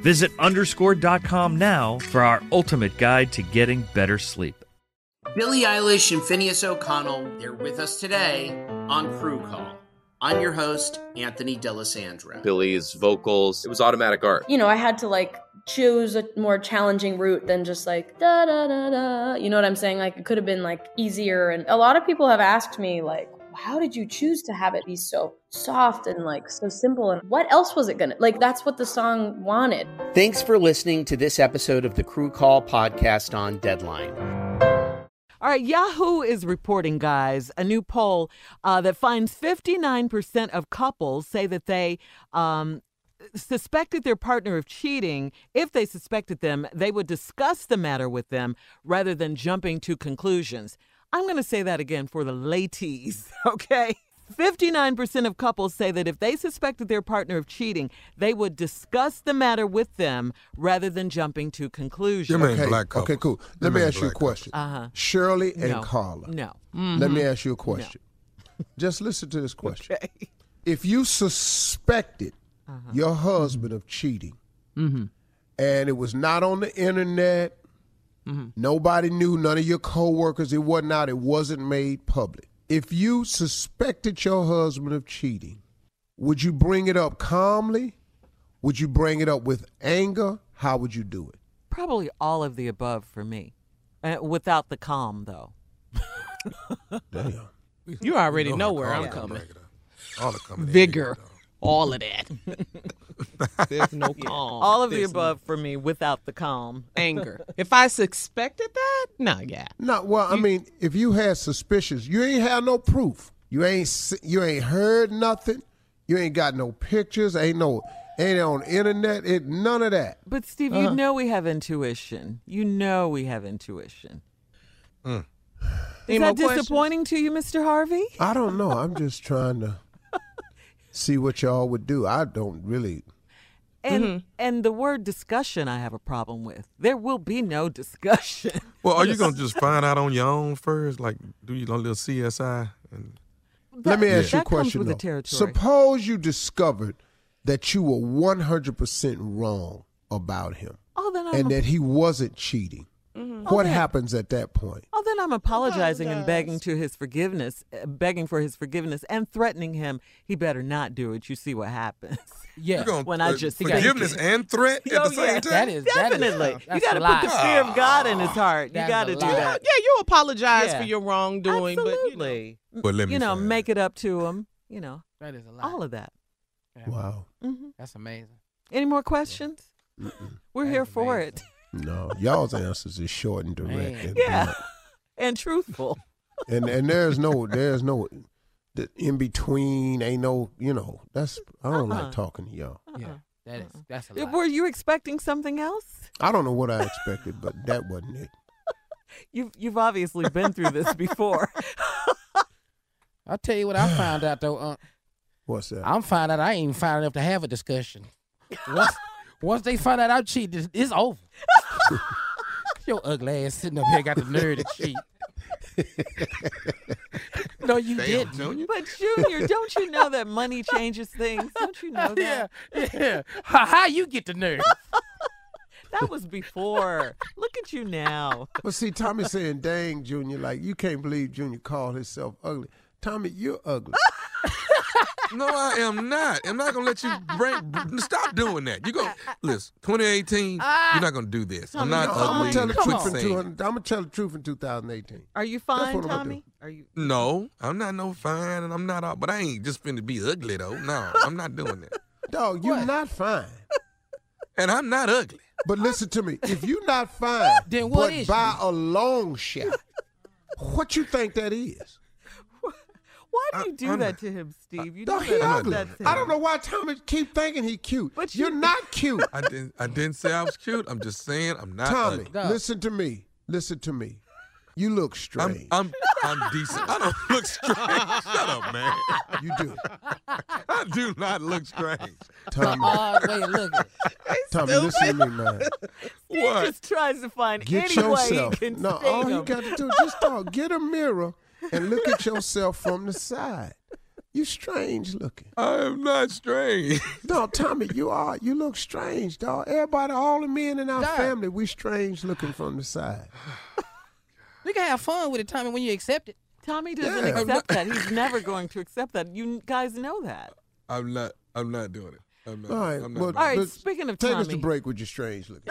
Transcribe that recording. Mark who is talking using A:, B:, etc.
A: Visit underscore.com now for our ultimate guide to getting better sleep.
B: Billie Eilish and Phineas O'Connell, they're with us today on Crew Call. I'm your host, Anthony Delisandro.
C: Billy's vocals. It was automatic art.
D: You know, I had to like choose a more challenging route than just like da da da da. You know what I'm saying? Like it could have been like easier. And a lot of people have asked me like, how did you choose to have it be so soft and like so simple? And what else was it gonna like? That's what the song wanted.
E: Thanks for listening to this episode of the Crew Call podcast on Deadline.
F: All right, Yahoo is reporting, guys, a new poll uh, that finds 59% of couples say that they um, suspected their partner of cheating. If they suspected them, they would discuss the matter with them rather than jumping to conclusions. I'm going to say that again for the ladies, okay? 59% of couples say that if they suspected their partner of cheating, they would discuss the matter with them rather than jumping to conclusions.
G: Okay, okay, cool. Let me ask you a question. Uh-huh. Shirley and
F: No.
G: Carla.
F: No.
G: Let me ask you a question. Just listen to this question. If you suspected
F: Uh-huh.
G: your husband of cheating
F: Mm-hmm.
G: and it was not on the internet,
F: Mm-hmm.
G: nobody knew, none of your coworkers, it wasn't out, it wasn't made public. If you suspected your husband of cheating, would you bring it up calmly? Would you bring it up with anger? How would you do it?
F: Probably all of the above for me, uh, without the calm, though.
G: Damn.
H: You already know, where I'm coming. Vigor, all of that. There's no calm.
F: All of
H: There's
F: the above for me, without the calm.
H: no anger. If I suspected that, no, yeah.
G: No, well, I mean, if you had suspicions, you ain't have no proof. You ain't se- you ain't heard nothing. You ain't got no pictures. Ain't no ain't on internet. It none of that.
F: But Steve,
H: Uh-huh.
F: you know we have intuition. You know we have intuition. Is
G: Mm.
H: Any
F: that
H: more questions?
F: disappointing to you, Mr. Harvey?
G: I don't know. I'm just trying to see what y'all would do. I don't really.
F: And
H: Mm-hmm.
F: and the word discussion, I have a problem with. There will be no discussion.
I: Well, are you gonna just find out on your own first? Like, do you a little CSI? And
G: Let me
F: That-
G: ask you a
F: that comes
G: question.
F: with the
G: though.
F: territory.
G: Suppose you discovered that you were 100 percent wrong about him,
F: oh, then I'm
G: and that he wasn't cheating.
F: Mm-hmm.
G: What happens at that point?
F: Oh, then I'm apologizing and begging to his forgiveness, uh, begging for his forgiveness, and threatening him he better not do it. You see what happens.
H: Yeah.
I: you're gonna
F: when I
I: uh,
F: just think-
I: forgiveness and threat at
F: Oh,
I: the same
F: yeah.
I: time.
H: That is that is-
F: Definitely, you
H: that's
F: got to
H: a
F: put the
H: lot.
F: fear of God in his heart.
H: That's
F: you got to
H: a
F: do
H: lot.
F: that.
H: Yeah, you apologize
F: Yeah.
H: for your wrongdoing, but you know,
F: Absolutely.
I: But let me
F: you know,
I: find
F: make it up to him. You know,
H: that is a lot.
F: all of that.
G: Wow.
F: hmm
H: That's amazing.
J: Any more questions? We're here for it.
G: Oh,
K: No, y'all's answers is short and direct. And,
J: Yeah. And truthful.
K: and and there's no there's no the in between. Ain't no you know that's I don't
J: Uh-uh.
K: like talking to y'all.
L: Yeah. That is that's a
J: Uh,
L: lot.
J: Were you expecting something else?
K: I don't know what I expected, but that wasn't it.
J: You've you've obviously been through this before.
L: I'll tell you what I found out though. Uh,
K: What's that?
L: I'm find out I ain't even found enough to have a discussion. Once, once they find out I cheated, it's over. Your ugly ass sitting up here got the nerve to cheat. no, you
J: Damn,
L: didn't.
J: Junior. But Junior, don't you know that money changes things? Don't you know that?
L: Yeah, yeah. How, how you get the nerve?
J: That was before. Look at you now.
K: But see, Tommy saying, "Dang, Junior, like you can't believe Junior called himself ugly." Tommy, you're ugly.
M: No, I am not. I'm not gonna let you bring. b- Stop doing that. You go listen. 2018. you're not gonna do this. I'm not
K: I'm
M: ugly.
K: gonna tell the
M: Quit
K: truth in
M: saying-
K: 200. I'm gonna tell the truth in 2018.
J: Are you
K: That's
J: fine,
K: what I'm gonna
J: Tommy? Are you
M: No, I'm not no fine, and I'm not. all- But I ain't just finna be ugly though. No, I'm not doing that.
K: Dog, you're not fine.
M: And I'm not ugly.
K: But listen to me. If you're not fine,
L: Then what
K: but
L: is
K: by a long shot, what you think that is?
J: Why do you do
K: I'm-
J: that to him, Steve? You do
K: Dog, he
J: that.
K: ugly.
J: That's him.
K: Uh, I don't know why Tommy keep thinking he cute. But you, are not cute.
M: I didn't. I didn't say I was cute. I'm just saying I'm not
K: Tommy,
M: ugly.
K: listen to me. Listen to me. You look strange.
M: I'm I'm decent. I don't look strange. Shut up, man.
K: you do.
M: I do not look strange.
K: Tommy,
L: Odd way of looking.
K: Tommy, listen to me, man.
J: He just tries to find
K: Get
J: any
K: yourself.
J: way he can
K: no,
J: sting
K: all you
J: him.
K: got to do is just dog, get a mirror and look at yourself from the side. You strange looking.
M: I am not strange.
K: No, Tommy, you are. You look strange, dog. Everybody, all the men in our
L: Dog.
K: family, we strange looking from the side.
L: You can have fun with it, Tommy, when you accept it.
J: Tommy doesn't
K: Yeah.
J: accept that. He's never going to accept that. You guys know that.
M: I'm not. I'm not doing it. I'm not.
K: All right,
M: I'm not
K: well,
M: doing it.
J: All right,
K: let's
J: speaking of
K: take us to
J: Tommy.
K: break with your strange looking.